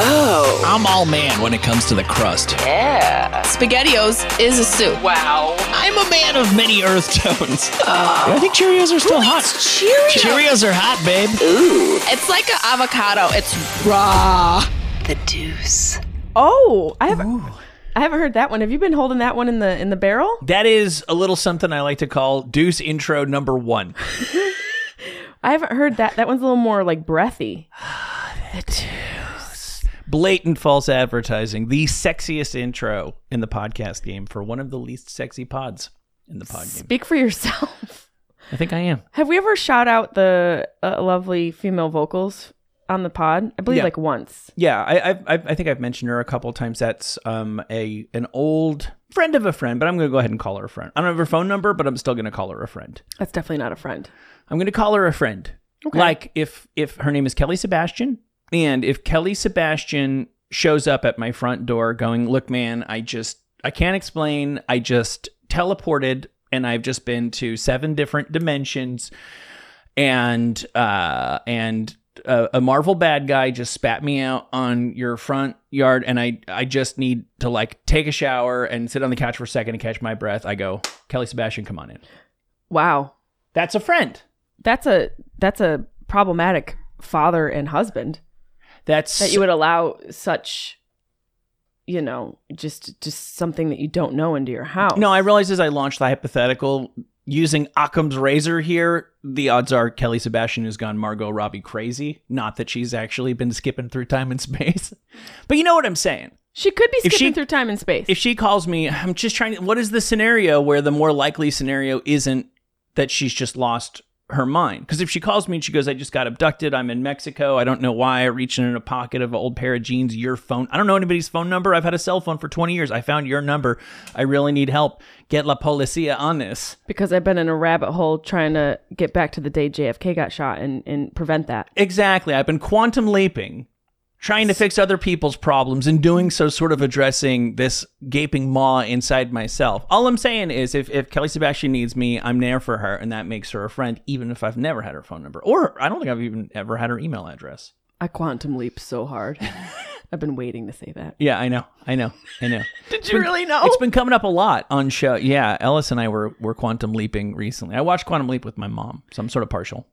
Oh, I'm all man when it comes to the crust. yeah. SpaghettiOs is a soup. Wow. I'm a man of many earth tones. I think Cheerios are still hot. Cheerios. Cheerios are hot, babe. Ooh, It's like an avocado. It's raw. the deuce. Oh, I haven't. I haven't heard that one. Have you been holding that one in the in the barrel? That is a little something I like to call Deuce intro number one. I haven't heard that. That one's a little more like breathy. Blatant false advertising. The sexiest intro in the podcast game for one of the least sexy pods in the pod game. Speak for yourself. I think I am. Have we ever shout out the uh, lovely female vocals on the pod? I believe Yeah. like once. Yeah, I, I I think I've mentioned her a couple times. That's um a an old friend of a friend, but I'm gonna go ahead and call her a friend. I don't have her phone number, but I'm still gonna call her a friend. That's definitely not a friend. I'm gonna call her a friend. Okay. Like if if her name is Kelly Sebastian, and if Kelly Sebastian shows up at my front door going, "Look, man, I just I can't explain. I just teleported, and I've just been to seven different dimensions, and uh and." A, a Marvel bad guy just spat me out on your front yard, and I I just need to like take a shower and sit on the couch for a second and catch my breath. I go, Kelly Sebastian, come on in. Wow, That's a friend. that's a that's a problematic father and husband That's that you would allow such, you know, just just something that you don't know into your house. No, I realize as I launched the hypothetical using Occam's razor here, the odds are Kelly Sebastian has gone Margot Robbie crazy. Not that she's actually been skipping through time and space, but you know what I'm saying. she could be If skipping she- through time and space. If she calls me, I'm just trying to. What is the scenario where the more likely scenario isn't that she's just lost her mind? Because if she calls me and she goes, I just got abducted. I'm in Mexico. I don't know why. I reached in a pocket of an old pair of jeans, your phone. I don't know anybody's phone number. I've had a cell phone for 20 years. I found your number. I really need help. Get La Policia on this. because I've been in a rabbit hole trying to get back to the day JFK got shot and, and prevent that. Exactly. I've been quantum leaping, trying to fix other people's problems, and doing so, sort of addressing this gaping maw inside myself. All I'm saying is, if, if Kelly Sebastian needs me, I'm there for her, and that makes her a friend, even if I've never had her phone number. Or I don't think I've even ever had her email address. I quantum leap so hard. I've been waiting to say that. Yeah, I know. I know. I know. Did you really know? it's been coming up a lot on show. Yeah, Ellis and I were, were quantum leaping recently. I watched Quantum Leap with my mom, so I'm sort of partial.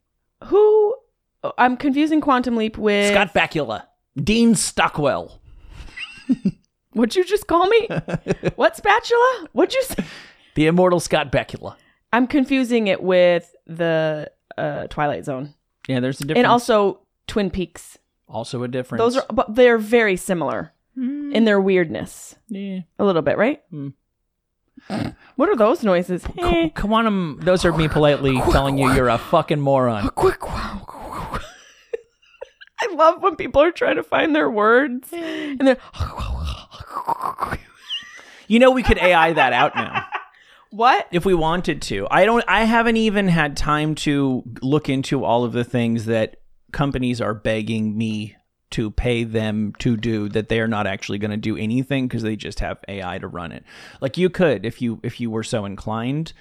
Who? oh, I'm confusing quantum leap with Scott Bakula, Dean Stockwell. What'd you just call me? what spatula? What'd you say? The immortal Scott Bakula. I'm confusing it with the uh, Twilight Zone Yeah, there's a difference. and also Twin Peaks. also a difference. Those are, but they're very similar in their weirdness, yeah. a little bit, right? Hmm. What are those noises? Eh. Qu- quantum. Those are me politely telling you you're a fucking moron. quick I love when people are trying to find their words and they're You know we could AI that out now what? if we wanted to. I don't. I haven't even had time to look into all of the things that companies are begging me to pay them to do that they are not actually going to do anything because they just have AI to run it. Like you could if you if you were so inclined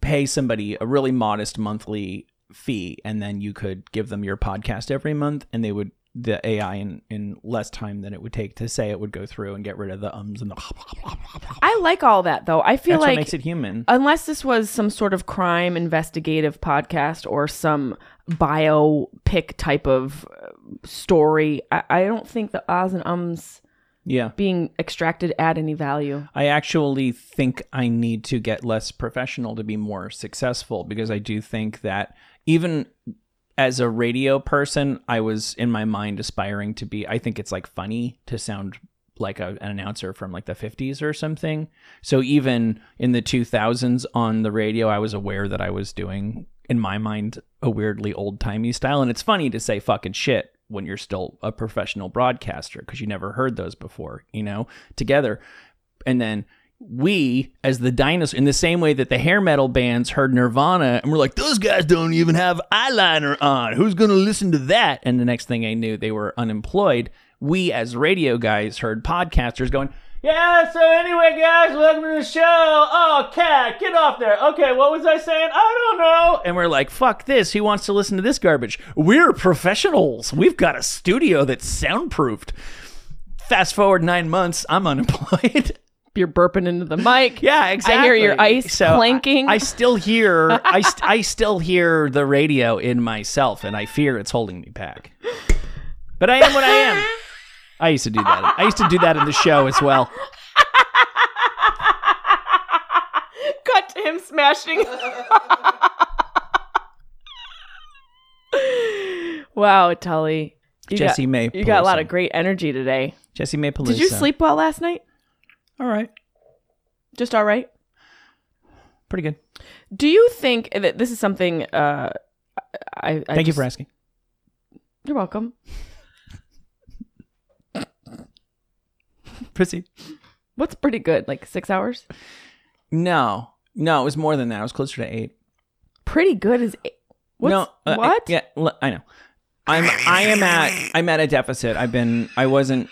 pay somebody a really modest monthly fee and then you could give them your podcast every month and they would the AI in, in less time than it would take to say it would go through and get rid of the ums and the I like all that though. I feel That's what like makes it human. unless this was some sort of crime investigative podcast or some biopic type of uh, story, I, I don't think the ahs and ums yeah. being extracted add any value. I actually think I need to get less professional to be more successful because I do think that even as a radio person, I was in my mind aspiring to be. I think it's like funny to sound like a, an announcer from like the 50s or something. So even in the 2000s on the radio, I was aware that I was doing, in my mind, a weirdly old timey style. And it's funny to say fucking shit when you're still a professional broadcaster because you never heard those before, you know, together. And then we as the dinosaur in the same way that the hair metal bands heard nirvana and we're like those guys don't even have eyeliner on who's going to listen to that and the next thing i knew they were unemployed we as radio guys heard podcasters going Yeah, so anyway, guys, welcome to the show. Oh, cat, get off there. Okay, what was I saying? I don't know. And we're like, fuck this. Who wants to listen to this garbage? We're professionals. We've got a studio that's soundproofed. Fast forward nine months, I'm unemployed. You're burping into the mic. yeah, exactly. I hear your ice so I- clanking. I, still hear. I, st- I still hear the radio in myself, and I fear it's holding me back. But I am what I am. I used to do that. I used to do that in the show as well. Cut to him smashing. wow, Tully. You Jesse got, May. You got a lot of Peluso. great energy today. Jesse May. Did you Peluso. sleep well last night? All right. Just all right? Pretty good. Do you think that this is something uh I, I Thank you just- for asking. You're welcome. Proceed. What's pretty good? Like 6 hours? No, no, it was more than that. It was closer to eight. Pretty good is eight. What's, no, uh, I- what? yeah, l- I know. I'm. I am at. I'm at a deficit. I've been. I wasn't.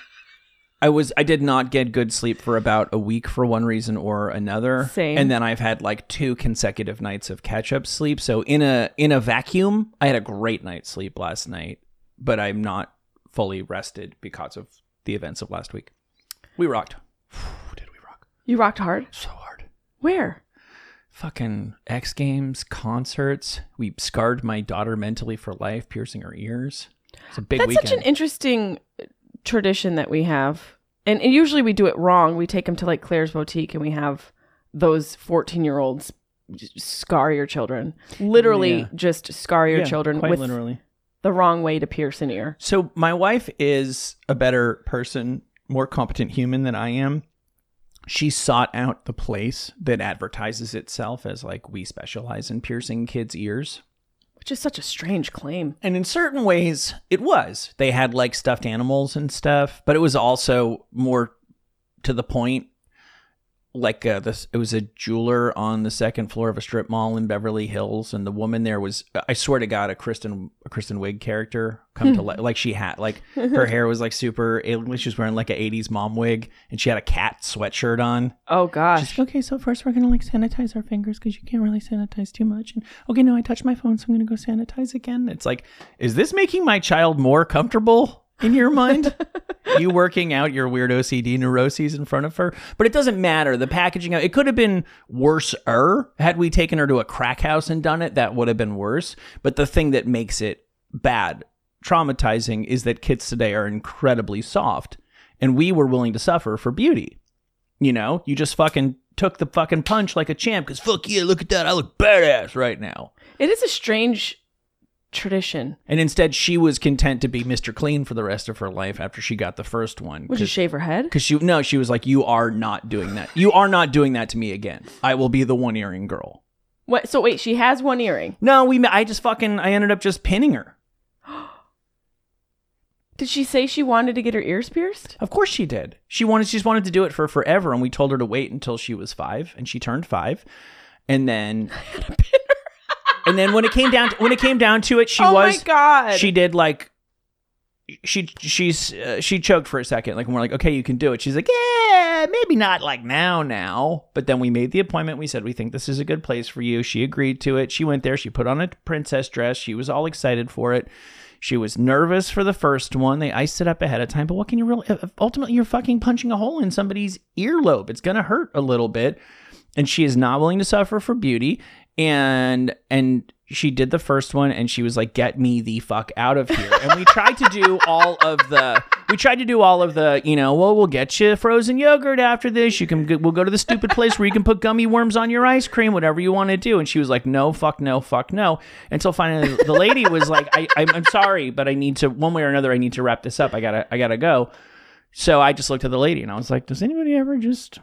I was. I did not get good sleep for about a week for one reason or another. Same. And then I've had like two consecutive nights of catch up sleep. So in a in a vacuum, I had a great night's sleep last night, but I'm not fully rested because of the events of last week. We rocked. did we rock You rocked hard? so hard? Where? fucking X Games concerts. We scarred my daughter mentally for life, piercing her ears. It's a big That's weekend. such an interesting tradition that we have. And, and usually we do it wrong. We take them to like Claire's boutique and we have those 14 year olds scar your children. Literally Yeah. just scar your children with the wrong way to pierce an ear. So my wife is a better person, more competent human than I am. She sought out the place that advertises itself as like we specialize in piercing kids' ears. Which is such a strange claim. And in certain ways, it was. They had like stuffed animals and stuff, but it was also more to the point. Like uh, this, it was a jeweler on the second floor of a strip mall in Beverly Hills, and the woman there was—I swear to God—a Kristen a Kristen Wiig character come to life. Like she had, like her hair was like super. alien. She was wearing like an '80s mom wig, and she had a cat sweatshirt on. Oh She's gosh. like, okay, so first we're gonna like sanitize our fingers because you can't really sanitize too much. And okay, no, I touched my phone, so I'm gonna go sanitize again. It's like, is this making my child more comfortable in your mind? you working out your weird OCD neuroses in front of her, but it doesn't matter. The packaging, it could have been worse. Er, had we taken her to a crack house and done it, that would have been worse. But the thing that makes it bad, traumatizing, is that kids today are incredibly soft, and we were willing to suffer for beauty. You know, you just fucking took the fucking punch like a champ because fuck yeah, look at that. I look badass right now. It is a strange tradition. And instead, she was content to be Mr. Clean for the rest of her life after she got the first one. Would you shave her head? Because she, no, she was like, you are not doing that. You are not doing that to me again. I will be the one earring girl. What so wait, she has one earring. No, we, I just fucking, I ended up just pinning her. Did she say she wanted to get her ears pierced? Of course she did. She wanted she just wanted to do it for forever, and we told her to wait until she was five, and she turned five, and then. And then when it came down to, when it came down to it, she oh was my god. she did like she she's uh, she choked for a second like and we're like okay you can do it she's like yeah maybe not like now now but then we made the appointment we said we think this is a good place for you she agreed to it she went there she put on a princess dress she was all excited for it she was nervous for the first one they iced it up ahead of time but what can you really ultimately you're fucking punching a hole in somebody's earlobe it's gonna hurt a little bit and she is not willing to suffer for beauty and and she did the first one and she was like get me the fuck out of here and we tried to do all of the we tried to do all of the you know well we'll get you frozen yogurt after this you can we'll go to the stupid place where you can put gummy worms on your ice cream whatever you want to do and she was like no fuck no fuck no until finally the lady was like I, I'm, I'm sorry but i need to one way or another i need to wrap this up i gotta i gotta go so i just looked at the lady and i was like does anybody ever just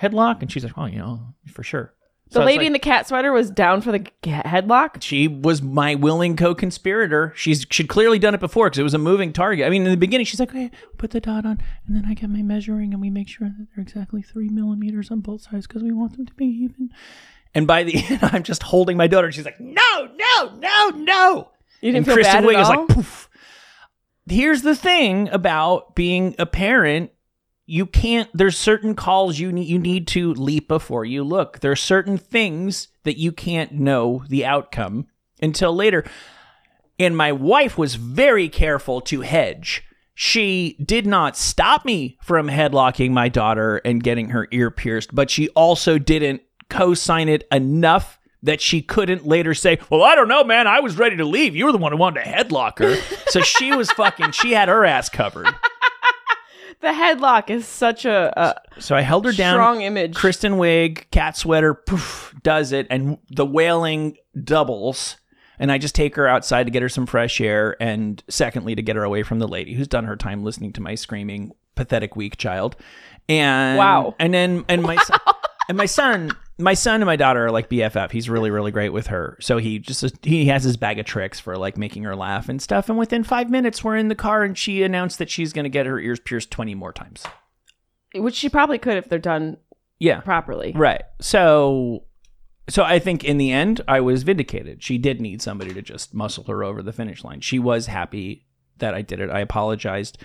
headlock and she's like oh you know for sure the So it's lady like- in the cat sweater was down for the g- headlock. she was my willing co-conspirator. She's she'd clearly done it before because it was a moving target. I mean, in the beginning, she's like, "Okay, put the dot on, and then I get my measuring, and we make sure that they're exactly three millimeters on both sides because we want them to be even." And by the end, I'm just holding my daughter. and She's like, "No, no, no, no!" You didn't And feel Kristen bad Wiig at is all? like, "Poof." Here's the thing about being a parent you can't there's certain calls you need you need to leap before you look there's certain things that you can't know the outcome until later and my wife was very careful to hedge she did not stop me from headlocking my daughter and getting her ear pierced but she also didn't co-sign it enough that she couldn't later say, Well, I don't know, man. I was ready to leave. You were the one who wanted to headlock her. so she was fucking, she had her ass covered. The headlock is such a, So I held her a down. strong image. Kristen Wiig, cat sweater, poof, does it, and the wailing doubles. And I just take her outside to get her some fresh air, and secondly, to get her away from the lady who's done her time listening to my screaming, pathetic, weak child. And Wow. And then and my son, and my son, my son and my daughter are like BFF. He's really, really great with her. So he just he has his bag of tricks for like making her laugh and stuff. And within five minutes, we're in the car, and she announced that she's going to get her ears pierced twenty more times. which she probably could if they're done Yeah. properly. Right. So so I think in the end I was vindicated. She did need somebody to just muscle her over the finish line. She was happy that I did it. I apologized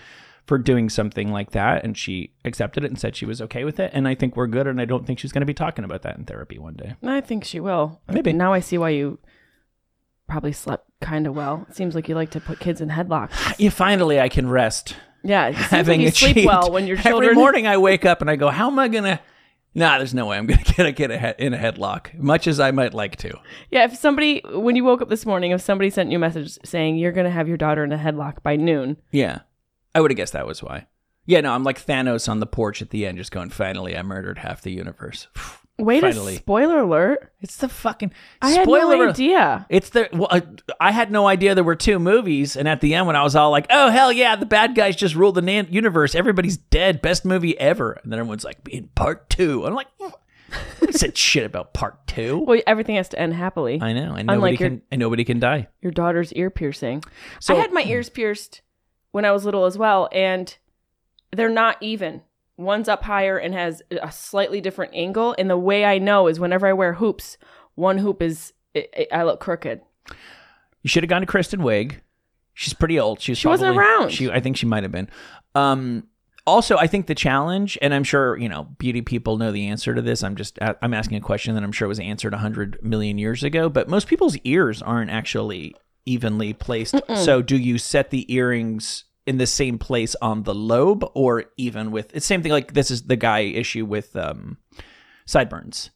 for doing something like that and she accepted it and said she was okay with it and I think we're good and I don't think she's going to be talking about that in therapy one day. I think she will. Maybe. Now I see why you probably slept kind of well. It seems like you like to put kids in headlocks. Yeah, finally I can rest Yeah, it seems having like you achieved. sleep well when your children. Every morning I wake up and I go, how am I going to Nah, there's no way I'm going to get a, get a head, in a headlock, much as I might like to. Yeah, if somebody when you woke up this morning, if somebody sent you a message saying you're gonna have your daughter in a headlock by noon, Yeah. I would have guessed that was why. Yeah, no, I'm like Thanos on the porch at the end, just going, finally, I murdered half the universe. wait Finally. a spoiler alert! It's the fucking. I had no Spoiler- idea. It's the. Well, I, I had no idea there were two movies, and at the end, when I was all like, oh, hell yeah, the bad guys just ruled the nan- universe. Everybody's dead. Best movie ever. And then everyone's like, in part two. I'm like, I said shit about part two. Well, everything has to end happily. I know, and nobody Unlike your- can, and nobody can die. Your daughter's ear piercing. So I had my ears pierced when I was little as well, and they're not even. One's up higher and has a slightly different angle. And the way I know is whenever I wear hoops, one hoop is i i I look crooked. You should have gone to Kristen Wiig. She's pretty old. She's She wasn't probably- around. She, I think she might have been. Um, also, I think the challenge, and I'm sure you know, beauty people know the answer to this. I'm just a- I'm asking a question that I'm sure was answered hundred million years ago. But most people's ears aren't actually evenly placed. So, do you set the earrings? In the same place on the lobe, or even with it's same thing. Like this is the guy issue with um, sideburns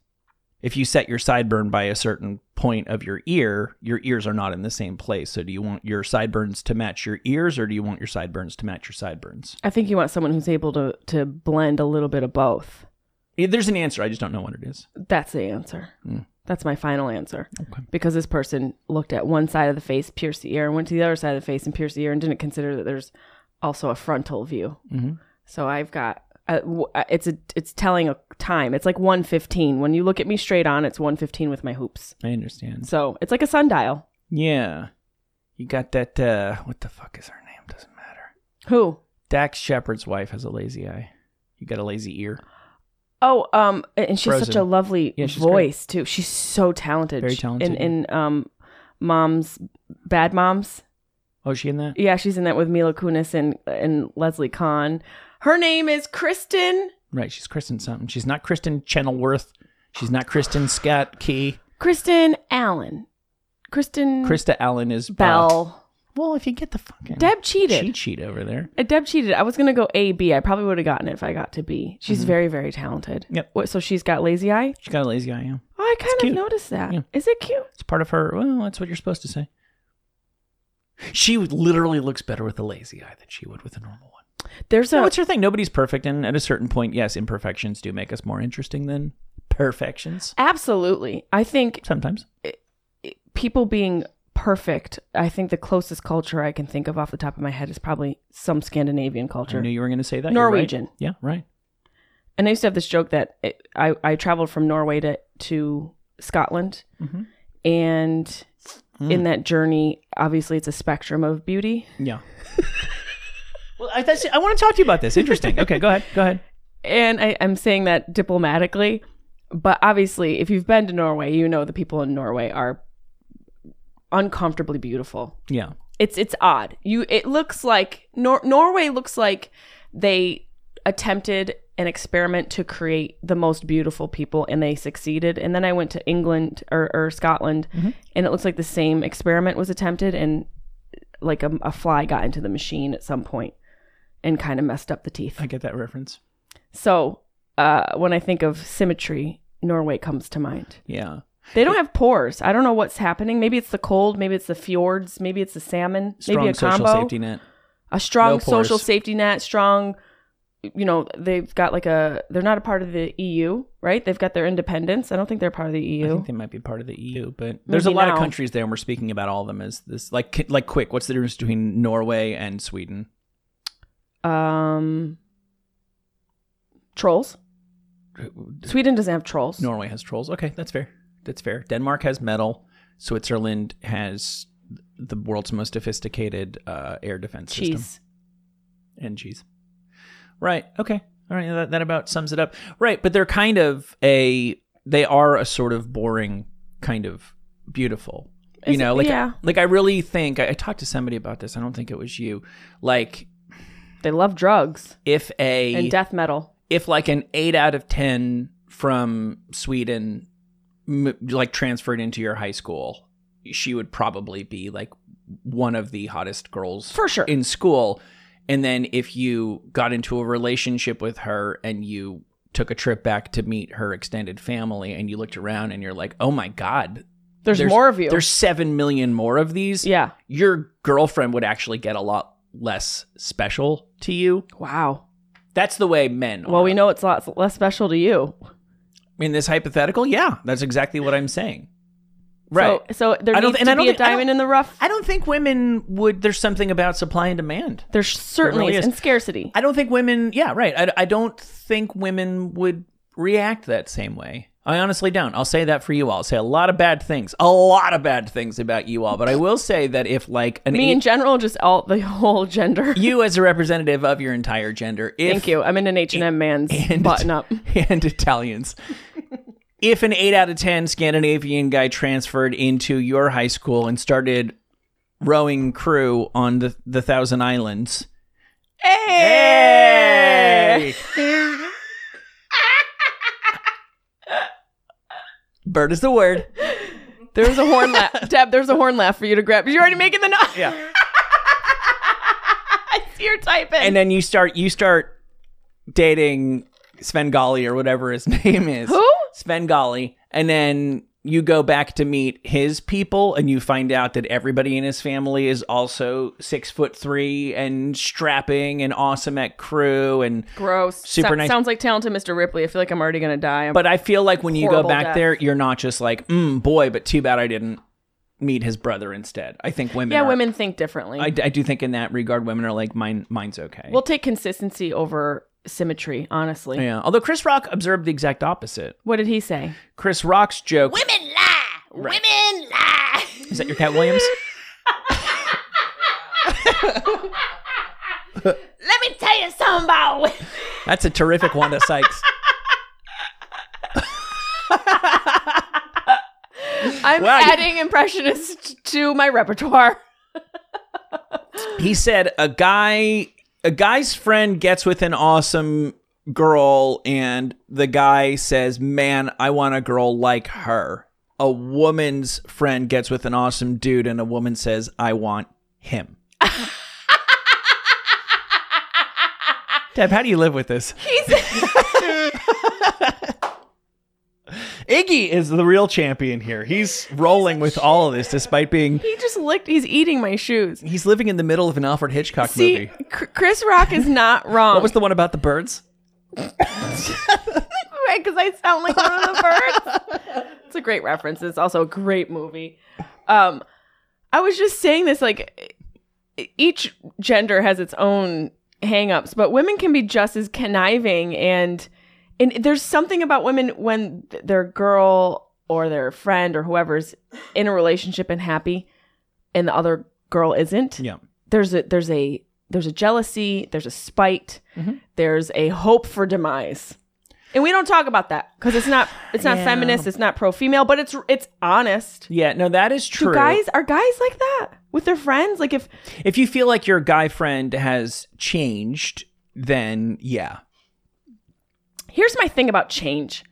if you set your sideburn by a certain point of your ear, your ears are not in the same place. So do you want your sideburns to match your ears or do you want your sideburns to match your sideburns? I think you want someone who's able to to blend a little bit of both. Eh, There's an answer. I just don't know what it is. That's the answer. That's my final answer. Hmm. Okay. Because this person looked at one side of the face, pierced the ear, and went to the other side of the face and pierced the ear, and didn't consider that there's also a frontal view. Mhm. So I've got uh, w- uh, it's a it's telling a time. It's like one fifteen. When you look at me straight on, it's one fifteen with my hoops. I understand. So it's like a sundial. Yeah. You got that uh what the fuck is her name? Doesn't matter. Who? Dax Shepard's wife has a lazy eye. You got a lazy ear. Oh, um, and she's such Frozen. a lovely Yeah, she's voice too. She's so talented. Very She- talented, In, yeah. in um, moms, bad moms. Oh, is she in that? Yeah, she's in that with Mila Kunis and and Leslie Kahn. Her name is Kristen. Right, she's Kristen something. She's not Kristen Chenilworth. She's not Kristen Scott Key. Kristen Allen. Kristen Krista Allen is uh, Bell. well, if you get the fucking Deb cheated. cheat sheet over there. Uh, Deb cheated. I was gonna go A B. I probably would have gotten it if I got to B. She's very very talented. Mm-hmm. Yep. What, so she's got lazy eye. She got a lazy eye, yeah. Oh, I kind cute. of noticed that. Is Yeah. it cute? It's part of her. Well, that's what you're supposed to say. She literally looks better with a lazy eye than she would with a normal one. There's So a what's her thing? Nobody's perfect, and at a certain point, yes, imperfections do make us more interesting than perfections. absolutely. I think Sometimes. people being perfect. I think the closest culture I can think of off the top of my head is probably some Scandinavian I culture. knew you were going to say that. You're right. Norwegian. Yeah, right. and I used to have this joke that it, I I traveled from Norway to to Scotland, Mhm. and Mm. in that journey, obviously it's a spectrum of beauty, Yeah. well, I, that's, I want to talk to you about this. Interesting. Okay, go ahead. Go ahead. and I, I'm saying that diplomatically, but obviously, if you've been to Norway, you know the people in Norway are uncomfortably beautiful. Yeah. It's it's odd. You it looks like Nor- Norway looks like they attempted an experiment to create the most beautiful people and they succeeded. And then I went to England or, or Scotland Mm-hmm. and it looks like the same experiment was attempted and like a, a fly got into the machine at some point and kind of messed up the teeth. I get that reference. So uh, when I think of symmetry, Norway comes to mind. Yeah. They don't have pores. I don't know what's happening. Maybe it's the cold. Maybe it's the fjords. Maybe it's the salmon. Strong maybe a social combo. safety net. A strong No pores. social safety net. Strong. You know they've got like a. They're not a part of the EU, right? They've got their independence. I don't think they're part of the E I EU. think they might be part of the EU, but there's a Maybe lot of now. countries there, and we're speaking about all of them as this. Like, ki- like quick, what's the difference between Norway and Sweden? um. Trolls. Uh, Sweden doesn't have trolls. Norway has trolls. Okay, that's fair. That's fair. Denmark has metal. Switzerland has the world's most sophisticated uh, air defense system. Cheese. and cheese. Right. Okay. All right. That, that about sums it up. Right. But they're kind of a, they are a sort of boring kind of beautiful. You Is it- know, like, yeah. like I really think, I, I talked to somebody about this. I don't think it was you. Like, They love drugs if a, and death metal. if like an eight out of 10 from Sweden, m- like transferred into your high school, she would probably be like one of the hottest girls For sure. in school. And then if you got into a relationship with her and you took a trip back to meet her extended family and you looked around and you're like, oh my God, There's, more of you. There's 7 million more of these. yeah. Your girlfriend would actually get a lot less special to you. Wow. That's the way men are. Well, we know it's lots less special to you. In this hypothetical, yeah, that's exactly what I'm saying. Right. So, so there I don't- needs and I to don't be a think- I don't- diamond in the rough. I don't think women would, there's something about supply and demand. There certainly really is. is. And scarcity. I don't think women. Yeah, right. I, I don't think women would react that same way. I honestly don't. I'll say that for you all. I'll say a lot of bad things, a lot of bad things about you all. But I will say that if like an Me in general, just all the whole gender. you as a representative of your entire gender, if, Thank you. I'm in an H and M man's and- button up. and Italians. if an 8 out of 10 Scandinavian guy transferred into your high school and started rowing crew on the, the Thousand Islands. Hey! Bird is the word. There's a horn laugh. Deb, there's a horn laugh for you to grab. You're already making the noise. Yeah. You're typing. And then you start you start dating Svengali or whatever his name is. Who? Svengali, and then you go back to meet his people, and you find out that everybody in his family is also six foot three and strapping and awesome at crew. And Gross. Super nice. Sounds like talented Mr. Ripley. I feel like I'm already gonna die. I'm- but I feel like when you go Horrible back death. there, you're not just like, mm, boy, but too bad I didn't meet his brother instead. I think women, yeah, are- women think differently. I, I do think in that regard, women are like, mine, mine's okay. we'll take consistency over symmetry. Honestly, yeah. Although Chris Rock observed the exact opposite. what did he say? Chris Rock's joke. Women lie. Women lie. Is that your cat Williams? Let me tell you something about women. That's a terrific Wanda Sykes. I'm Wow, you- adding impressionists to my repertoire. He said a guy a guy's friend gets with an awesome girl and the guy says, "Man, I want a girl like her." A woman's friend gets with an awesome dude and a woman says, "I want him." Deb, how do you live with this? Iggy is the real champion here. He's rolling with all of this despite being He just licked. He's eating my shoes. He's living in the middle of an Alfred Hitchcock See, movie. C- Chris Rock is not wrong. What was the one about the birds? Because I sound like one of the birds. it's a great reference. It's also a great movie. Um, I was just saying this like e- each gender has its own hangups, but women can be just as conniving and and there's something about women when th- their girl or their friend or whoever's in a relationship and happy and the other girl isn't. Yeah. there's a there's a there's a jealousy, there's a spite, Mm-hmm. there's a hope for demise. And we don't talk about that because it's not it's not Yeah. feminist, it's not pro female, but it's it's honest. Yeah, no, that is Do true. guys are guys like that with their friends? Like if if you feel like your guy friend has changed, then yeah, Here's my thing about change.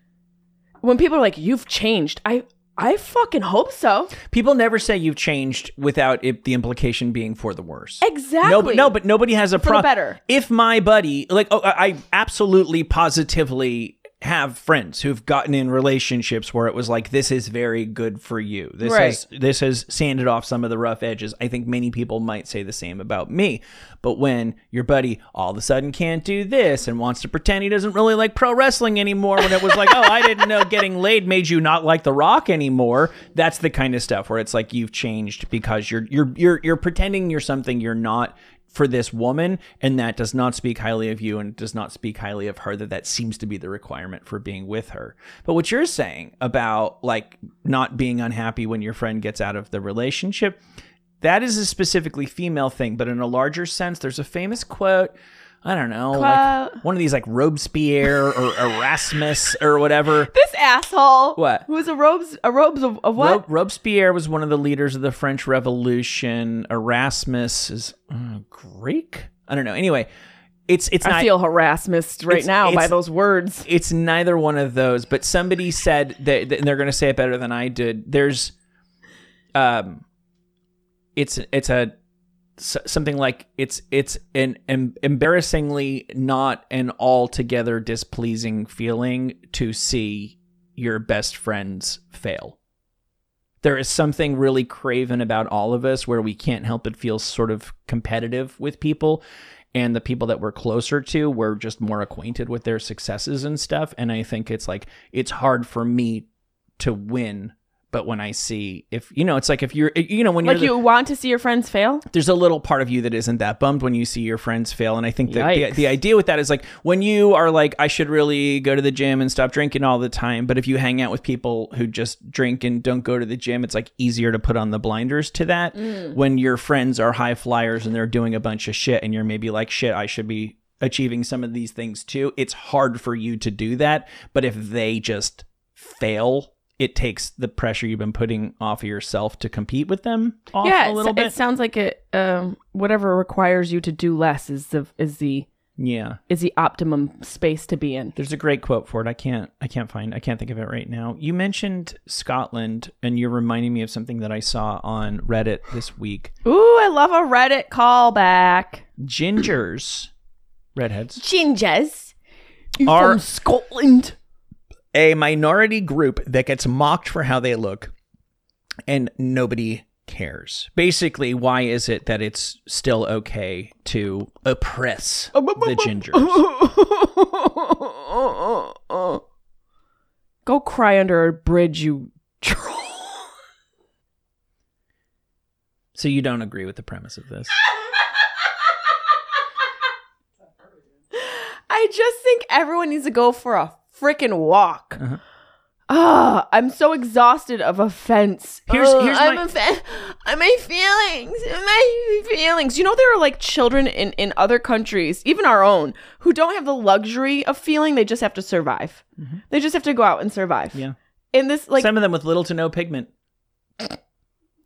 When people are like, "You've changed," I I fucking hope so. People never say you've changed without it, the implication being for the worse. Exactly. No, but no, but nobody has a For the problem. better. If my buddy, like, oh, I I absolutely positively have friends who've gotten in relationships where it was like, this is very good for you. This Right. has this has sanded off some of the rough edges. I think many people might say the same about me. But when your buddy all of a sudden can't do this and wants to pretend he doesn't really like pro wrestling anymore, when it was like, oh, I didn't know getting laid made you not like The Rock anymore. That's the kind of stuff where it's like you've changed because you're you're you're you're pretending you're something you're not for this woman and that does not speak highly of you and does not speak highly of her that that seems to be the requirement for being with her but what you're saying about like not being unhappy when your friend gets out of the relationship that is a specifically female thing but in a larger sense there's a famous quote i don't know like Quote. one of these like robespierre or erasmus or whatever this asshole. What? Who's a robes? A robes of, of what? Ro- Robespierre was one of the leaders of the French Revolution. Erasmus is uh, Greek. I don't know. Anyway, it's it's I not feel harassed right It's- now by it's- those words. it's neither one of those. But somebody said that, and they're going to say it better than I did. There's, um, it's it's a s- something like it's it's an em- embarrassingly not an altogether displeasing feeling to see your best friends fail. There is something really craven about all of us where we can't help but feel sort of competitive with people. And the people that we're closer to, we're just more acquainted with their successes and stuff. And I think it's like, it's hard for me to win. But when I see, if, you know, it's like if you're, you know, when you're. Like the- you want to see your friends fail? there's a little part of you that isn't that bummed when you see your friends fail. And I think that the, Yikes. the idea with that is like when you are like, I should really go to the gym and stop drinking all the time. But if you hang out with people who just drink and don't go to the gym, it's like easier to put on the blinders to that. When your friends are high flyers and they're doing a bunch of shit and you're maybe like, shit, I should be achieving some of these things too. It's hard for you to do that. But if they just fail, it takes the pressure you've been putting off of yourself to compete with them off yeah, a it- little it, bit. sounds like it. Um, whatever requires you to do less is the is the yeah. is the optimum space to be in. There's a great quote for it. I can't I can't find I can't think of it right now. You mentioned Scotland and you're reminding me of something that I saw on Reddit this week. Ooh, I love a Reddit callback. Gingers redheads Gingers. You Are- from Scotland? a minority group that gets mocked for how they look and nobody cares. Basically, why is it that it's still okay to oppress the gingers? Go cry under a bridge, you troll. So you don't agree with the premise of this. I just think everyone needs to go for a freaking walk. Uh-huh. Ah, I'm so exhausted of offense. Here's- Ugh, here's I'm my- offe- uh, my feelings, my feelings. You know there are like children in in other countries, even our own, who don't have the luxury of feeling. They just have to survive. They just have to go out and survive. Mm-hmm. Yeah. In this like Some of them with little to no pigment.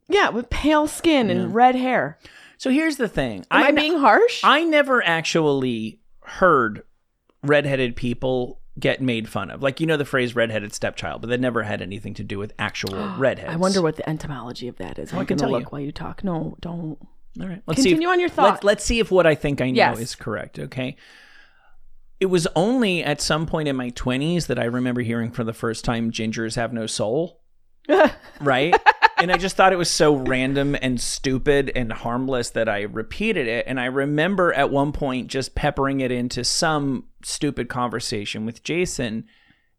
yeah, with pale skin and red hair. So here's the thing. Am I, I'm- being harsh? I never actually heard redheaded people get made fun of. Like you know the phrase redheaded stepchild, but that never had anything to do with actual redheads. I wonder what the entomology of that is. I'm Oh, I can gonna tell look you. while you talk. No, don't. All right. Let's Continue see if, on your thought. Let's, let's see if what I think I know Yes. is correct, okay? It was only at some point in my 20s that I remember hearing for the first time gingers have no soul. right? and I just thought it was so random and stupid and harmless that I repeated it. And I remember at one point just peppering it into some stupid conversation with Jason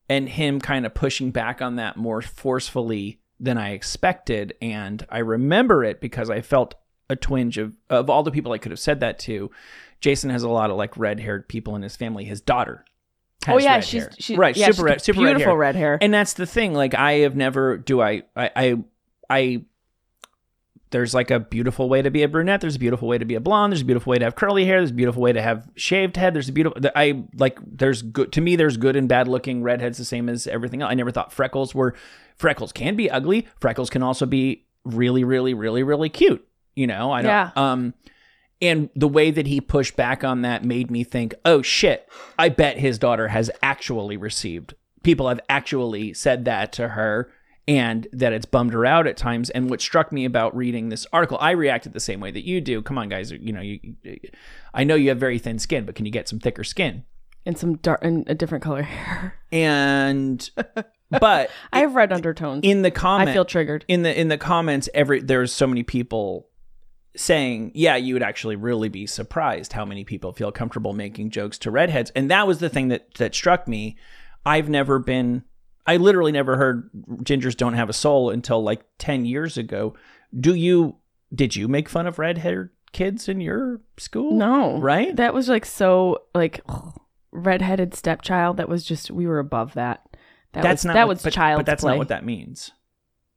and him kind of pushing back on that more forcefully than I expected. And I remember it because I felt a twinge of, of all the people I could have said that to. Jason has a lot of like red haired people in his family. His daughter. Has Oh yeah, red she's hair. she, right. yeah, super she's red, super red beautiful hair. red hair. And that's the thing. Like I have never do I I I, I there's like a beautiful way to be a brunette. There's a beautiful way to be a blonde. There's a beautiful way to have curly hair. There's a beautiful way to have shaved head. There's a beautiful I like there's good to me there's good and bad looking redheads the same as everything else. I never thought freckles were freckles can be ugly. Freckles can also be really really really really cute. You know, I don't Yeah. um And the way that he pushed back on that made me think, oh shit, I bet his daughter has actually received. People have actually said that to her and that it's bummed her out at times. And what struck me about reading this article, I reacted the same way that you do. Come on, guys. You know, you, I know you have very thin skin, but can you get some thicker skin? and some dark and a different color hair. And, but I have red undertones. in the I comment, feel triggered. in the in the comments every there's so many people saying yeah you would actually really be surprised how many people feel comfortable making jokes to redheads and that was the thing that that struck me i've never been i literally never heard gingers don't have a soul until like 10 years ago do you did you make fun of redheaded kids in your school No, right That was like so like redheaded stepchild. That was just we were above that. that was, that what- was but, child's but that's play. not what that means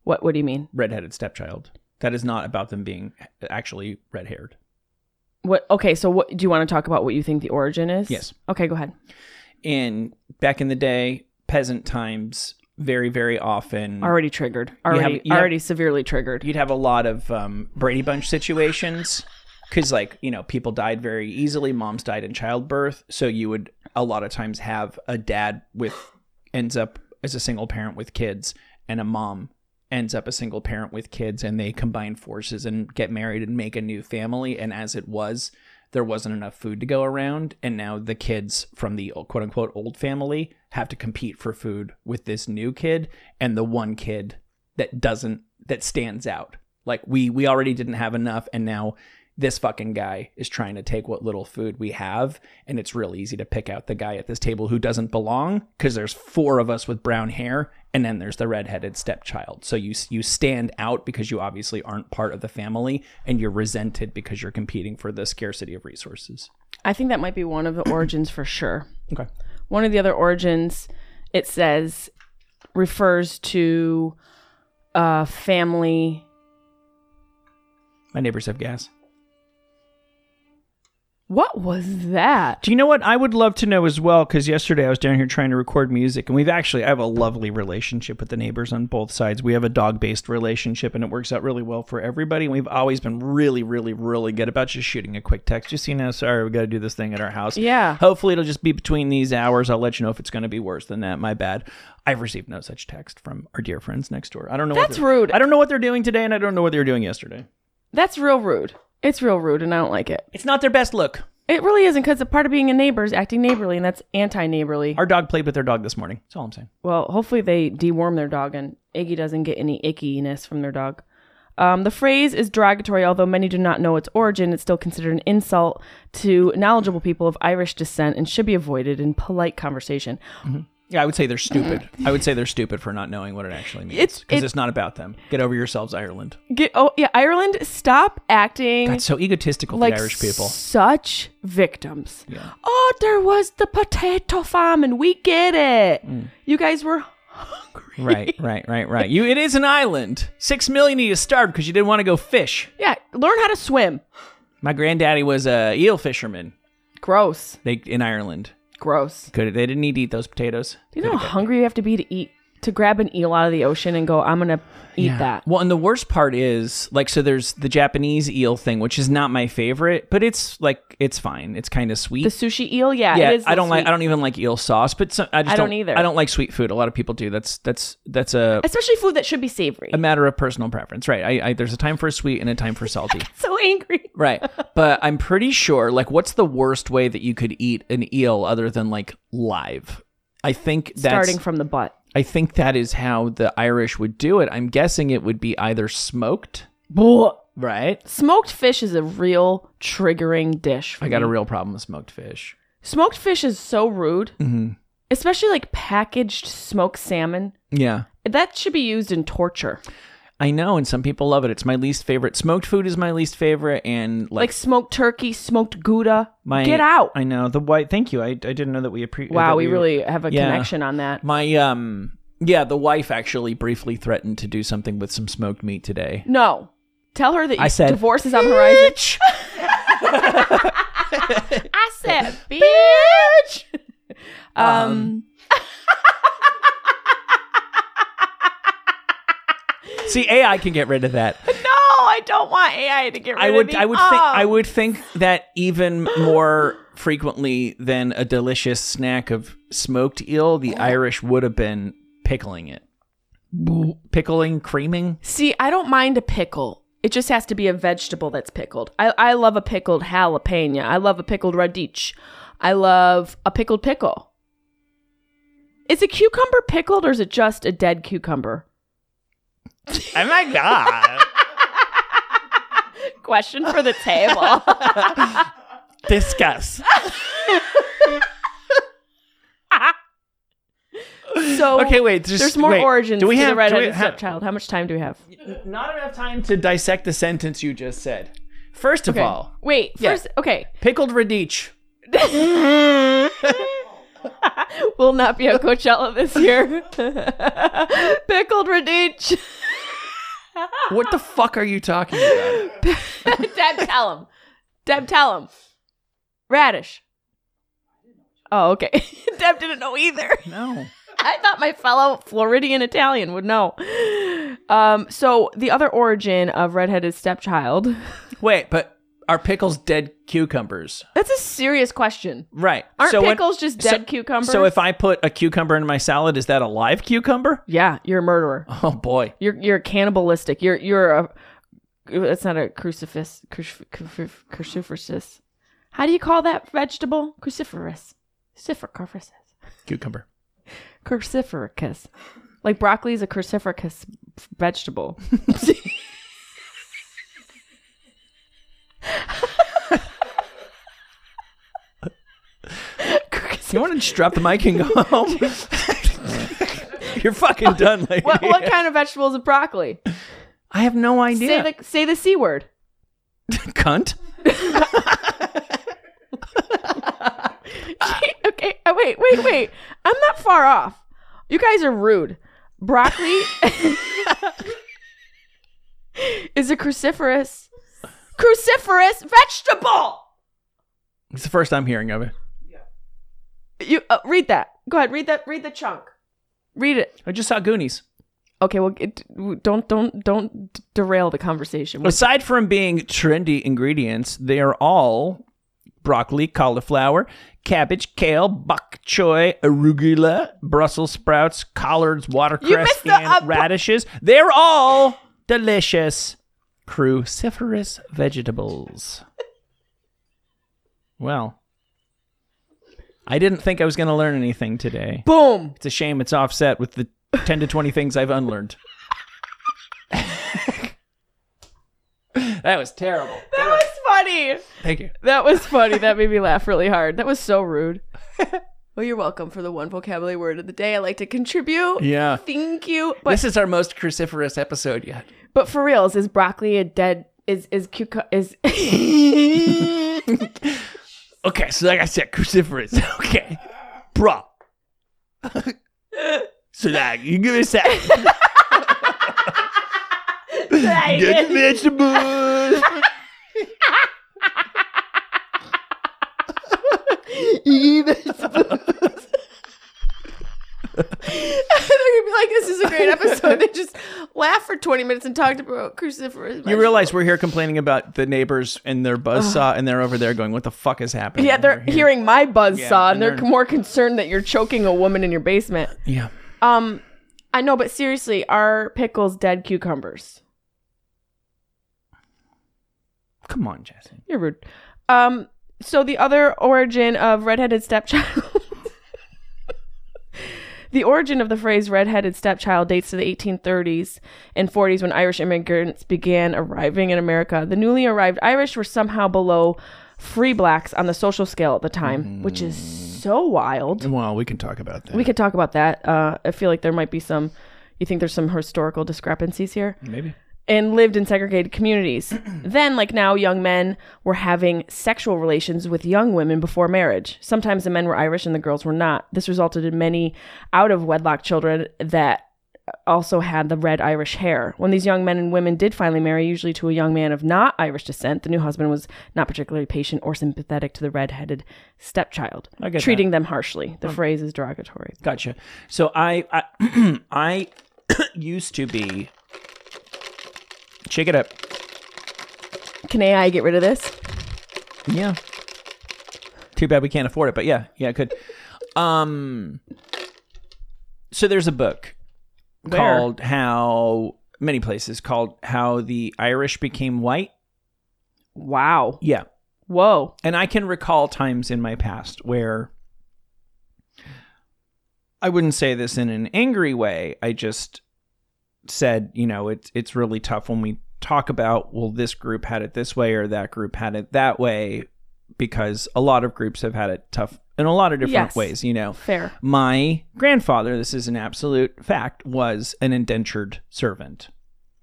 What What do you mean? redheaded stepchild that is not about them being actually red-haired What? Okay, so what do you want to talk about? What you think the origin is? Yes. Mm-hmm. Okay, go ahead. in back in the day, peasant times, very very often. Already triggered. have- Already you have- already severely triggered. You'd have a lot of um, Brady Bunch situations because, like, you know, people died very easily. Moms died in childbirth, so you would a lot of times have a dad with ends up as a single parent with kids, and a mom ends up a single parent with kids, and they combine forces and get married and make a new family. And as it was, there wasn't enough food to go around, and now the kids from the quote unquote old family have to compete for food with this new kid, and the one kid that doesn't that stands out. Like we we already didn't have enough and now this fucking guy is trying to take what little food we have and it's real easy to pick out the guy at this table who doesn't belong cuz there's four of us with brown hair and then there's the redheaded stepchild. So you you stand out because you obviously aren't part of the family and you're resented because you're competing for the scarcity of resources. I think that might be one of the origins for sure. Okay. One of the other origins, it says, refers to uh, family. My neighbors have gas. What was that? Do you know what I would love to know as well? Because yesterday I was down here trying to record music, and we've actually I have a lovely relationship with the neighbors on both sides. We have a dog based relationship, and it works out really well for everybody. And we've always been really, really, really good about just shooting a quick text. Just you know, sorry, we got to do this thing at our house. Yeah. Hopefully, it'll just be between these hours. I'll let you know if it's going to be worse than that. My bad. I've received no such text from our dear friends next door. I don't know. That's what they're- rude. I don't know what they're doing today, and I don't know what they were doing yesterday. That's real rude. It's real rude, and I don't like it. It's not their best look. It really isn't because a part of being a neighbor is acting neighborly, and that's anti-neighborly. Our dog played with their dog this morning. That's all I'm saying. Well, hopefully they deworm their dog and Iggy doesn't get any ickiness from their dog. Um, the phrase is derogatory, although many do not know its origin. It's still considered an insult to knowledgeable people of Irish descent and should be avoided in polite conversation. Yeah, I would say they're stupid. I would say they're stupid for not knowing what it actually means. Mm-hmm. It's- because it- it's not about them. Get over yourselves, Ireland. Get, oh yeah, Ireland, stop acting That's so egotistical. like the Irish people. such victims. Yeah. Oh, there was the potato famine. we get it. You guys were hungry. Mm. Right, right, right, right. You, it is an island. Six million of you starved because you didn't want to go fish. Yeah, learn how to swim. My granddaddy was a eel fisherman. Gross. They in Ireland. Gross. Could they didn't need to eat those potatoes. Do you know how hungry you have to be to eat to grab an eel out of the ocean and go, I'm gonna eat that. Well, and the worst part is like so. There's the Japanese eel thing, which is not my favorite, but it's like it's fine. It's kind of sweet. The sushi eel, yeah, yeah, it is. I don't like. sweet. I don't even like eel sauce, but some, I just I don't either. I don't like sweet food. A lot of people do. That's that's that's a especially food that should be savory. a matter of personal preference, right? I, I there's a time for sweet and a time for salty, so angry. right? But I'm pretty sure. Like, what's the worst way that you could eat an eel other than like live? I think that's. Starting from the butt. I think that is how the Irish would do it. I'm guessing it would be either smoked, right? Smoked fish is a real triggering dish. For I got a me. real problem with smoked fish. smoked fish is so rude, hmm especially like packaged smoked salmon. Yeah. That should be used in torture, I know, and some people love it. It's my least favorite. Smoked food is my least favorite, and like, smoked turkey, smoked gouda. My, Get out! I know the white. Thank you. I, I didn't know that we appreciate. wow, we, really have a Yeah. connection on that. My um yeah, the wife actually briefly threatened to do something with some smoked meat today. No, tell her that I said, divorce is on the horizon. Bitch! I said, bitch. Um, See, AI can get rid of that. no, I don't want AI to get rid I of would me. I would oh. think I would think that even more frequently than a delicious snack of smoked eel, the Irish would have been pickling it. Pickling, creaming. See, I don't mind a pickle. It just has to be a vegetable that's pickled. I, I love a pickled jalapeno. I love a pickled radich. I love a pickled pickle. Is a cucumber pickled or is it just a dead cucumber? Oh my god. Question for the table. Discuss. Oh, so Okay, wait. Just, there's more wait. origins Do we to have the redheaded do we have- stepchild. How much time do we have? Not enough time to dissect the sentence you just said. First of Okay. all, Wait, Yeah. first okay. pickled radich. Will not be at Coachella this year. pickled radich. What the fuck are you talking about? Deb, tell him. Deb, tell him. Radish. Oh, okay. Deb didn't know either. No. I thought my fellow Floridian Italian would know. Um, so the other origin of redheaded stepchild. Wait, but are pickles dead cucumbers? That's a serious question. Right. Aren't so when- pickles just so- dead cucumbers? So if I put a cucumber in my salad, is that a live cucumber? yeah, you're a murderer. Oh boy. You're you're cannibalistic. You're you're a. That's not a crucifix. Crucif- crucif- Cruciferous. How do you call that vegetable? Cruciferous. Cruciferous. Cucumber. cruciferous. Like broccoli is a cruciferous vegetable. You want to just drop the mic and go home? You're fucking done, lady. what what kind of vegetable is a broccoli? I have no idea. Say the say the c word. Cunt. okay, oh, wait, wait, wait. I'm not far off. You guys are rude. Broccoli is a cruciferous cruciferous vegetable. It's the first I'm hearing of it. You uh, read that. Go ahead, read that. Read the chunk. Read it. I just saw Goonies. Okay, well, it, don't don't don't d- derail the conversation. What- Aside from being trendy ingredients, they are all broccoli, cauliflower, cabbage, kale, bok choy, arugula, Brussels sprouts, collards, watercress, missed the, and uh, bro- radishes. They're all delicious cruciferous vegetables. well, I didn't think I was going to learn anything today. Boom. It's a shame it's offset with the 10 to 20 things I've unlearned. that was terrible. That was funny. Thank you. That was funny. That made me laugh really hard. That was so rude. well, you're welcome for the one vocabulary word of the day I like to contribute. Yeah. Thank you. But this is our most cruciferous episode yet. but for reals, is broccoli a dead? Is is cucumber is? Okay, so like I said, cruciferous. Okay. Bro. so that you give me a sec. Get the vegetables. They're gonna be like, this is a great episode. They just laugh for 20 minutes and talk about cruciferous. You realize we're here complaining about the neighbors and their buzzsaw, and they're over there going, What the fuck is happening? Yeah, And they're here. hearing my buzz saw, and and they're they're- more concerned that you're choking a woman in your basement. Yeah. Um, I know, but seriously, are pickles dead cucumbers? Come on, Jesse. You're rude. Um, so the other origin of redheaded stepchild. the origin of the phrase redheaded stepchild dates to the 1830s and 40s when Irish immigrants began arriving in America. The newly arrived Irish were somehow below free blacks on the social scale at the time, which is so wild. Well, we can talk about that. We could talk about that. Uh, I feel like there might be some. You think there's some historical discrepancies here? Maybe. and lived in segregated communities. then, like now, young men were having sexual relations with young women before marriage. Sometimes the men were Irish and the girls were not. This resulted in many out of wedlock children that also had the red Irish hair. When these young men and women did finally marry, usually to a young man of not Irish descent, the new husband was not particularly patient or sympathetic to the red-headed stepchild, I get Um, treating them harshly. The phrase is derogatory. Gotcha. So I I, I used to be. Shake it up. Can AI get rid of this? Yeah. Too bad we can't afford it, but yeah, yeah, it could. Um so there's a book Where? called How many places called How the Irish Became White. Wow. Yeah. Whoa. And I can recall times in my past where I wouldn't say this in an angry way. I just said, you know, it's it's really tough when we talk about, well, this group had it this way or that group had it that way, because a lot of groups have had it tough in a lot of different Yes. ways, you know. Fair. My grandfather, this is an absolute fact, was an indentured servant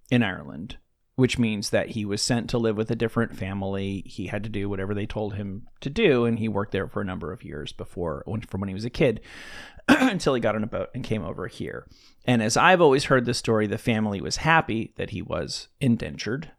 in Ireland, which means that he was sent to live with a different family. He had to do whatever they told him to do, and he worked there for a number of years before, when- from when he was a kid until he got on a boat and came over here. And as I've always heard the story, the family was happy that he was indentured,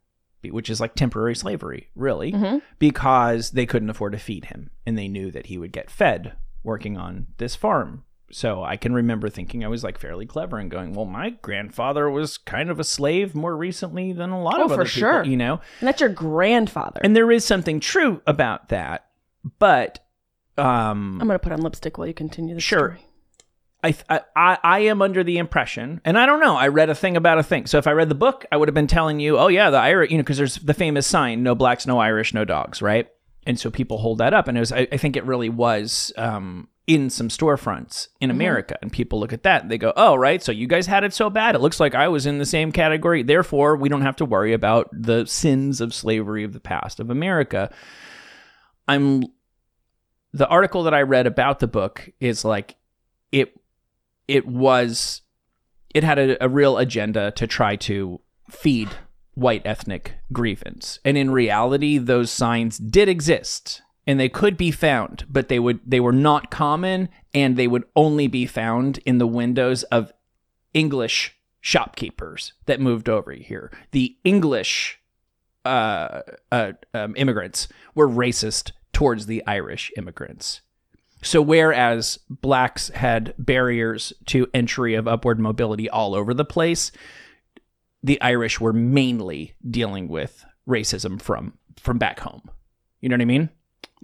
be- which is like temporary slavery, really, because they couldn't afford to feed him and they knew that he would get fed working on this farm. So I can remember thinking I was like fairly clever and going, well, my grandfather was kind of a slave more recently than a lot Oh, of for other people, sure. you know. And that's your grandfather. And there is something true about that, but um I'm gonna put on lipstick while you continue the Sure. story. I, th- I- I I am under the impression, and I don't know. I read a thing about a thing. So if I read the book, I would have been telling you, oh yeah, the Irish, you know, because there's the famous sign: no blacks, no Irish, no dogs, right? And so people hold that up, and it was. I, I think it really was um, in some storefronts in America, and people look at that and they go, oh right, so you guys had it so bad. It looks like I was in the same category. Therefore, we don't have to worry about the sins of slavery of the past of America. I'm the article that I read about the book is like it it was it had a, a real agenda to try to feed white ethnic grievance and in reality those signs did exist and they could be found but they would they were not common and they would only be found in the windows of english shopkeepers that moved over here the english uh, uh, um, immigrants were racist towards the irish immigrants so whereas blacks had barriers to entry of upward mobility all over the place, the Irish were mainly dealing with racism from from back home. You know what I mean?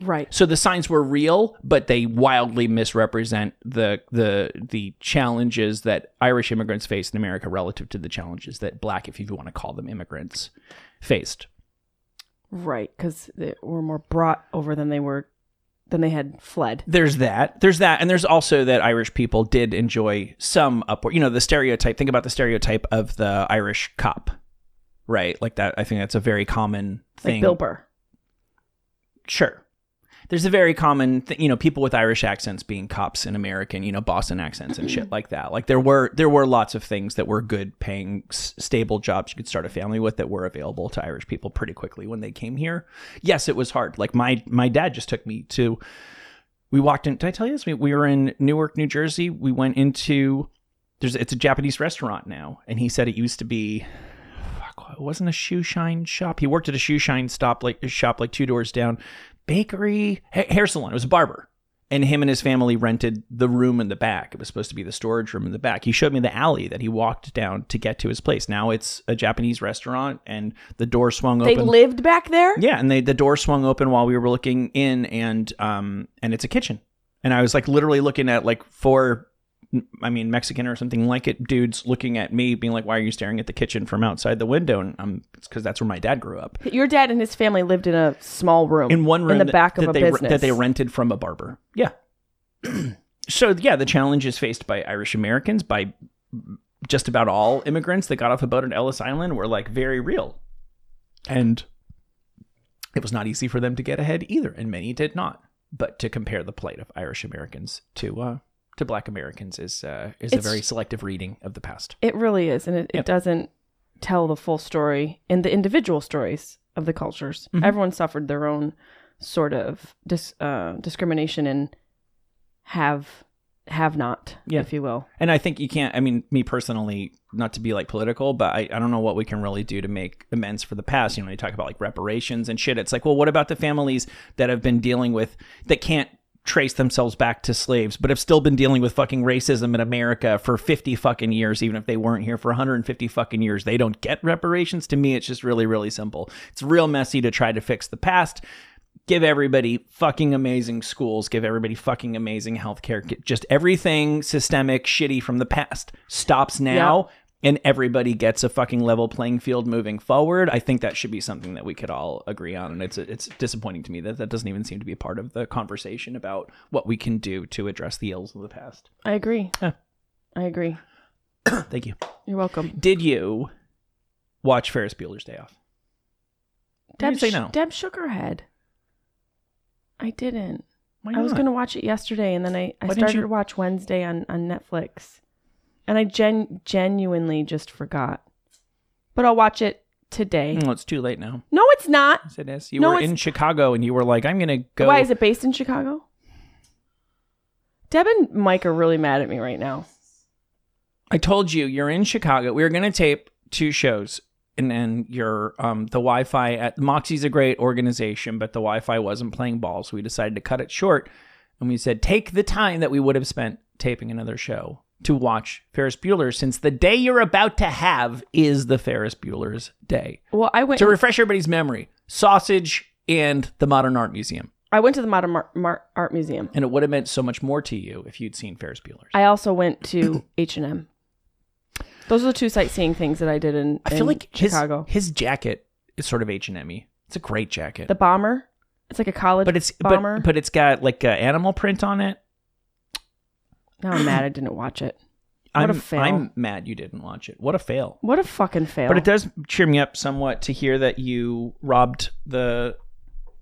Right. So the signs were real, but they wildly misrepresent the the the challenges that Irish immigrants faced in America relative to the challenges that black, if you want to call them immigrants, faced. Right, because they were more brought over than they were, than they had fled. There's that. There's that. And there's also that Irish people did enjoy some upward, you know, the stereotype. Think about the stereotype of the Irish cop, right? Like that. I think that's a very common Like thing. Bill Burr. Sure. There's a very common, th- you know, people with Irish accents being cops in American, you know, Boston accents and shit like that. Like there were there were lots of things that were good paying, s- stable jobs you could start a family with that were available to Irish people pretty quickly when they came here. Yes, it was hard. Like my my dad just took me to. We walked in. Did I tell you this? We, we were in Newark, New Jersey. We went into there's it's a Japanese restaurant now, and he said it used to be fuck, it wasn't a shoe shine shop. He worked at a shoe shine stop like shop like two doors down, bakery, ha- hair salon. It was a barber, and him and his family rented the room in the back. It was supposed to be the storage room in the back. He showed me the alley that he walked down to get to his place. Now it's a Japanese restaurant, and the door swung They open. lived back there. Yeah, and they the door swung open while we were looking in, and um, and it's a kitchen, and I was like literally looking at like four, I mean Mexican or something like it, dudes looking at me, being like, "Why are you staring at the kitchen from outside the window?" And I'm it's because that's where my dad grew up Your dad and his family lived in a small room in one room in the that- back that of a they re- business that they rented from a barber. Yeah. so yeah, the challenges faced by Irish Americans by just about all immigrants that got off a boat at Ellis Island were like very real, and it was not easy for them to get ahead either, and many did not. But to compare the plight of Irish Americans to uh, to Black Americans is uh, is a It's- very selective reading of the past. It really is, and it, Yeah. it doesn't tell the full story in the individual stories of the cultures. Mm-hmm. Everyone suffered their own sort of dis, uh, discrimination and have have not, Yeah. if you will. And I think you can't. I mean, me personally, not to be like political, but I, I don't know what we can really do to make amends for the past. You know, you talk about like reparations and shit. It's like, well, what about the families that have been dealing with that can't trace themselves back to slaves, but have still been dealing with fucking racism in America for 50 fucking years, even if they weren't here for 150 fucking years. They don't get reparations. To me, it's just really, really simple. It's real messy to try to fix the past. Give everybody fucking amazing schools, give everybody fucking amazing healthcare. Get- Just everything systemic, shitty from the past stops now. And everybody gets a fucking level playing field moving forward. I think that should be something that we could all agree on, and it's it's disappointing to me that that doesn't even seem to be a part of the conversation about what we can do to address the ills of the past. I agree. Huh. I agree. Thank you. You're welcome. Did you watch Ferris Bueller's Day Off? Did you say Sh- no? Deb Sugarhead. I didn't. Why I was not? going to watch it yesterday, and then I, I Why didn't started you- to watch Wednesday on, on Netflix. And I gen- genuinely just forgot. But I'll watch it today. Mm, Well, it's too late now. No, it's not. Yes, it is. You No, were it's- in Chicago, and you were like, "I'm gonna go." Why is it based in Chicago? Deb and Mike are really mad at me right now. I told you you're in Chicago. We were gonna tape two shows, and then your um the Wi-Fi at Moxie's a great organization, but the Wi-Fi wasn't playing ball, so we decided to cut it short. And we said take the time that we would have spent taping another show to watch Ferris Bueller, since the day you're about to have is the Ferris Bueller's day. Well, I went. To refresh everybody's memory, sausage and the Modern Art Museum, I went to the Modern Mar- Mar- Art Museum. and it would have meant so much more to you if you'd seen Ferris Bueller's. I also went to H and M. Those are the two sightseeing things that I did in. I feel in like his, Chicago. his jacket is sort of H and M. It's a great jacket, the bomber. It's like a college. but it's bomber. but, but it's got like uh, animal print on it. now I'm mad I didn't watch it. What I'm a fail. I'm mad you didn't watch it. What a fail! What a fucking fail. But it does cheer me up somewhat to hear that you robbed the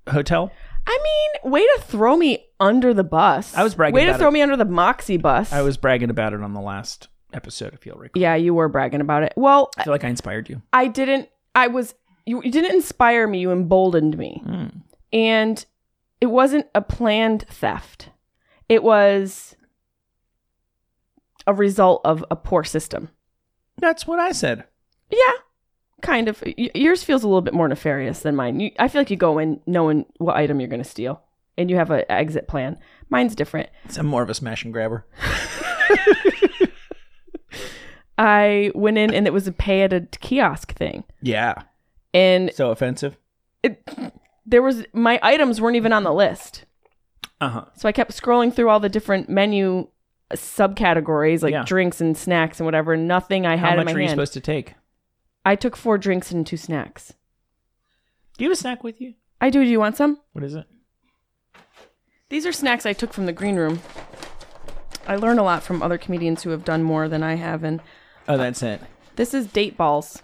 hotel. I mean, way to throw me under the bus. I was bragging Way to about throw it. me under the Moxie bus. I was bragging about it on the last episode. If you'll recall, Yeah, you were bragging about it. Well, I feel like I inspired you. I didn't. I was. You, you didn't inspire me. You emboldened me. Mm. And it wasn't a planned theft. It was a result of a poor system. That's what I said. Yeah, kind of. Y- yours feels a little bit more nefarious than mine. You, I feel like you go in knowing what item you're going to steal, and you have an exit plan. Mine's different. It's- I'm more of a smash and grabber. I went in and it was a pay at a kiosk thing, Yeah, and so offensive. it, there was my items weren't even on the list. Uh huh. So I kept scrolling through all the different menu subcategories like Yeah. drinks and snacks and whatever. and Nothing I had How in much my are you hand. supposed to take? I took four drinks and two snacks. Do you have a snack with you? I do. Do you want some? What is it? These are snacks I took from the green room. I learn a lot from other comedians who have done more than I have, and Oh, that's it. this is date balls,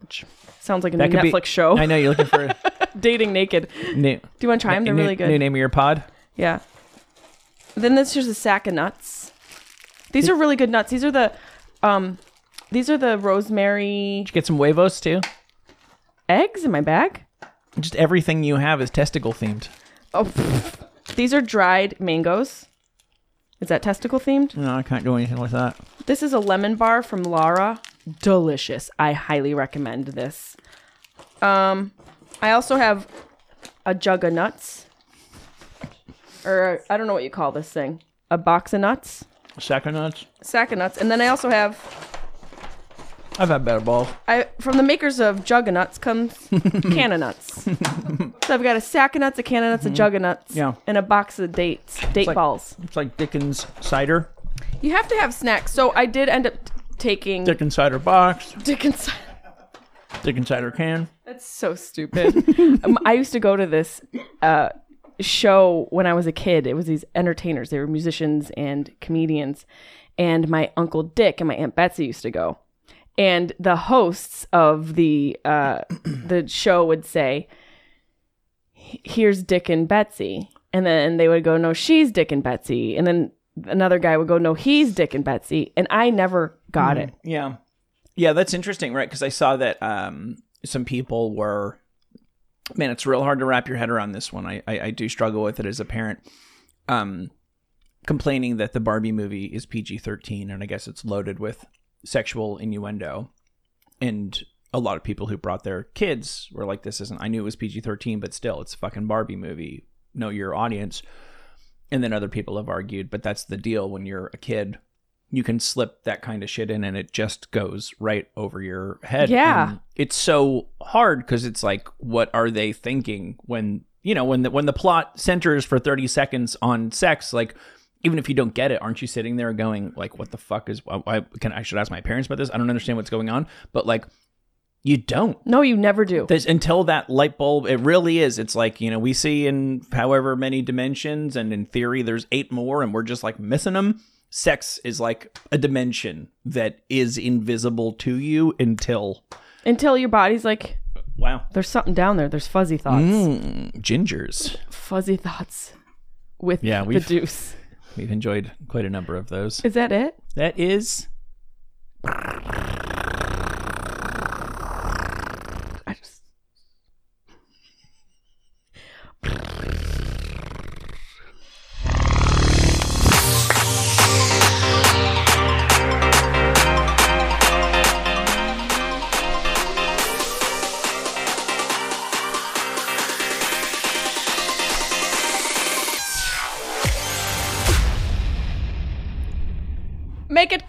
which sounds like a new could be- Netflix show. I know you're looking for Dating naked. new. Do you want to try them? They're new, really good. New name of your pod? Yeah. Then this is a sack of nuts. These are really good nuts. These are the, um, these are the rosemary Did you get some huevos too? eggs in my bag. Just everything you have is testicle themed. Oh, pfft. these are dried mangoes. Is that testicle themed? No, I can't do anything with that. This is a lemon bar from Lara. Delicious. I highly recommend this. Um, I also have a jug of nuts, or I don't know what you call this thing, a box of nuts, Sack of nuts? sack of nuts, and then I also have I've had better balls. I from the makers of jug of nuts comes can of nuts. so I've got a sack of nuts, a can of nuts, a jug of nuts, Yeah. and a box of dates, date like- balls. It's like Dickens cider. You have to have snacks. So I did end up t- taking Dickens cider box. Dickens. Dickens cider can. That's so stupid. um, I used to go to this uh, show when I was a kid. It was these entertainers. They were musicians and comedians. And my uncle Dick and my aunt Betsy used to go. And the hosts of the uh, the show would say, "Here's Dick and Betsy," and then they would go, "No, she's Dick and Betsy," and then another guy would go, "No, he's Dick and Betsy," and I never got it. Yeah. Yeah, that's interesting, right? Because I saw that um, some people were. Man, it's real hard to wrap your head around this one. I, I, I do struggle with it as a parent. Um, complaining that the Barbie movie is PG 13, and I guess it's loaded with sexual innuendo. And a lot of people who brought their kids were like, this isn't, I knew it was PG 13, but still, it's a fucking Barbie movie. Know your audience. and then other people have argued, but that's the deal when you're a kid. You can slip that kind of shit in and it just goes right over your head. Yeah. And it's so hard because it's like, what are they thinking when, you know, when the, when the plot centers for 30 seconds on sex, like, even if you don't get it, aren't you sitting there going like, "What the fuck is? Why, why can I should ask my parents about this? I don't understand what's going on." But like, you don't. No, you never do. There's until that light bulb. It really is. It's like you know we see in however many dimensions, and in theory there's eight more, and we're just like missing them. Sex is like a dimension that is invisible to you until Until your body's like, wow, there's something down there. There's fuzzy thoughts. Mm, gingers. Fuzzy thoughts with Yeah, the we've- deuce. We've enjoyed quite a number of those. Is that it? That is I just. Make it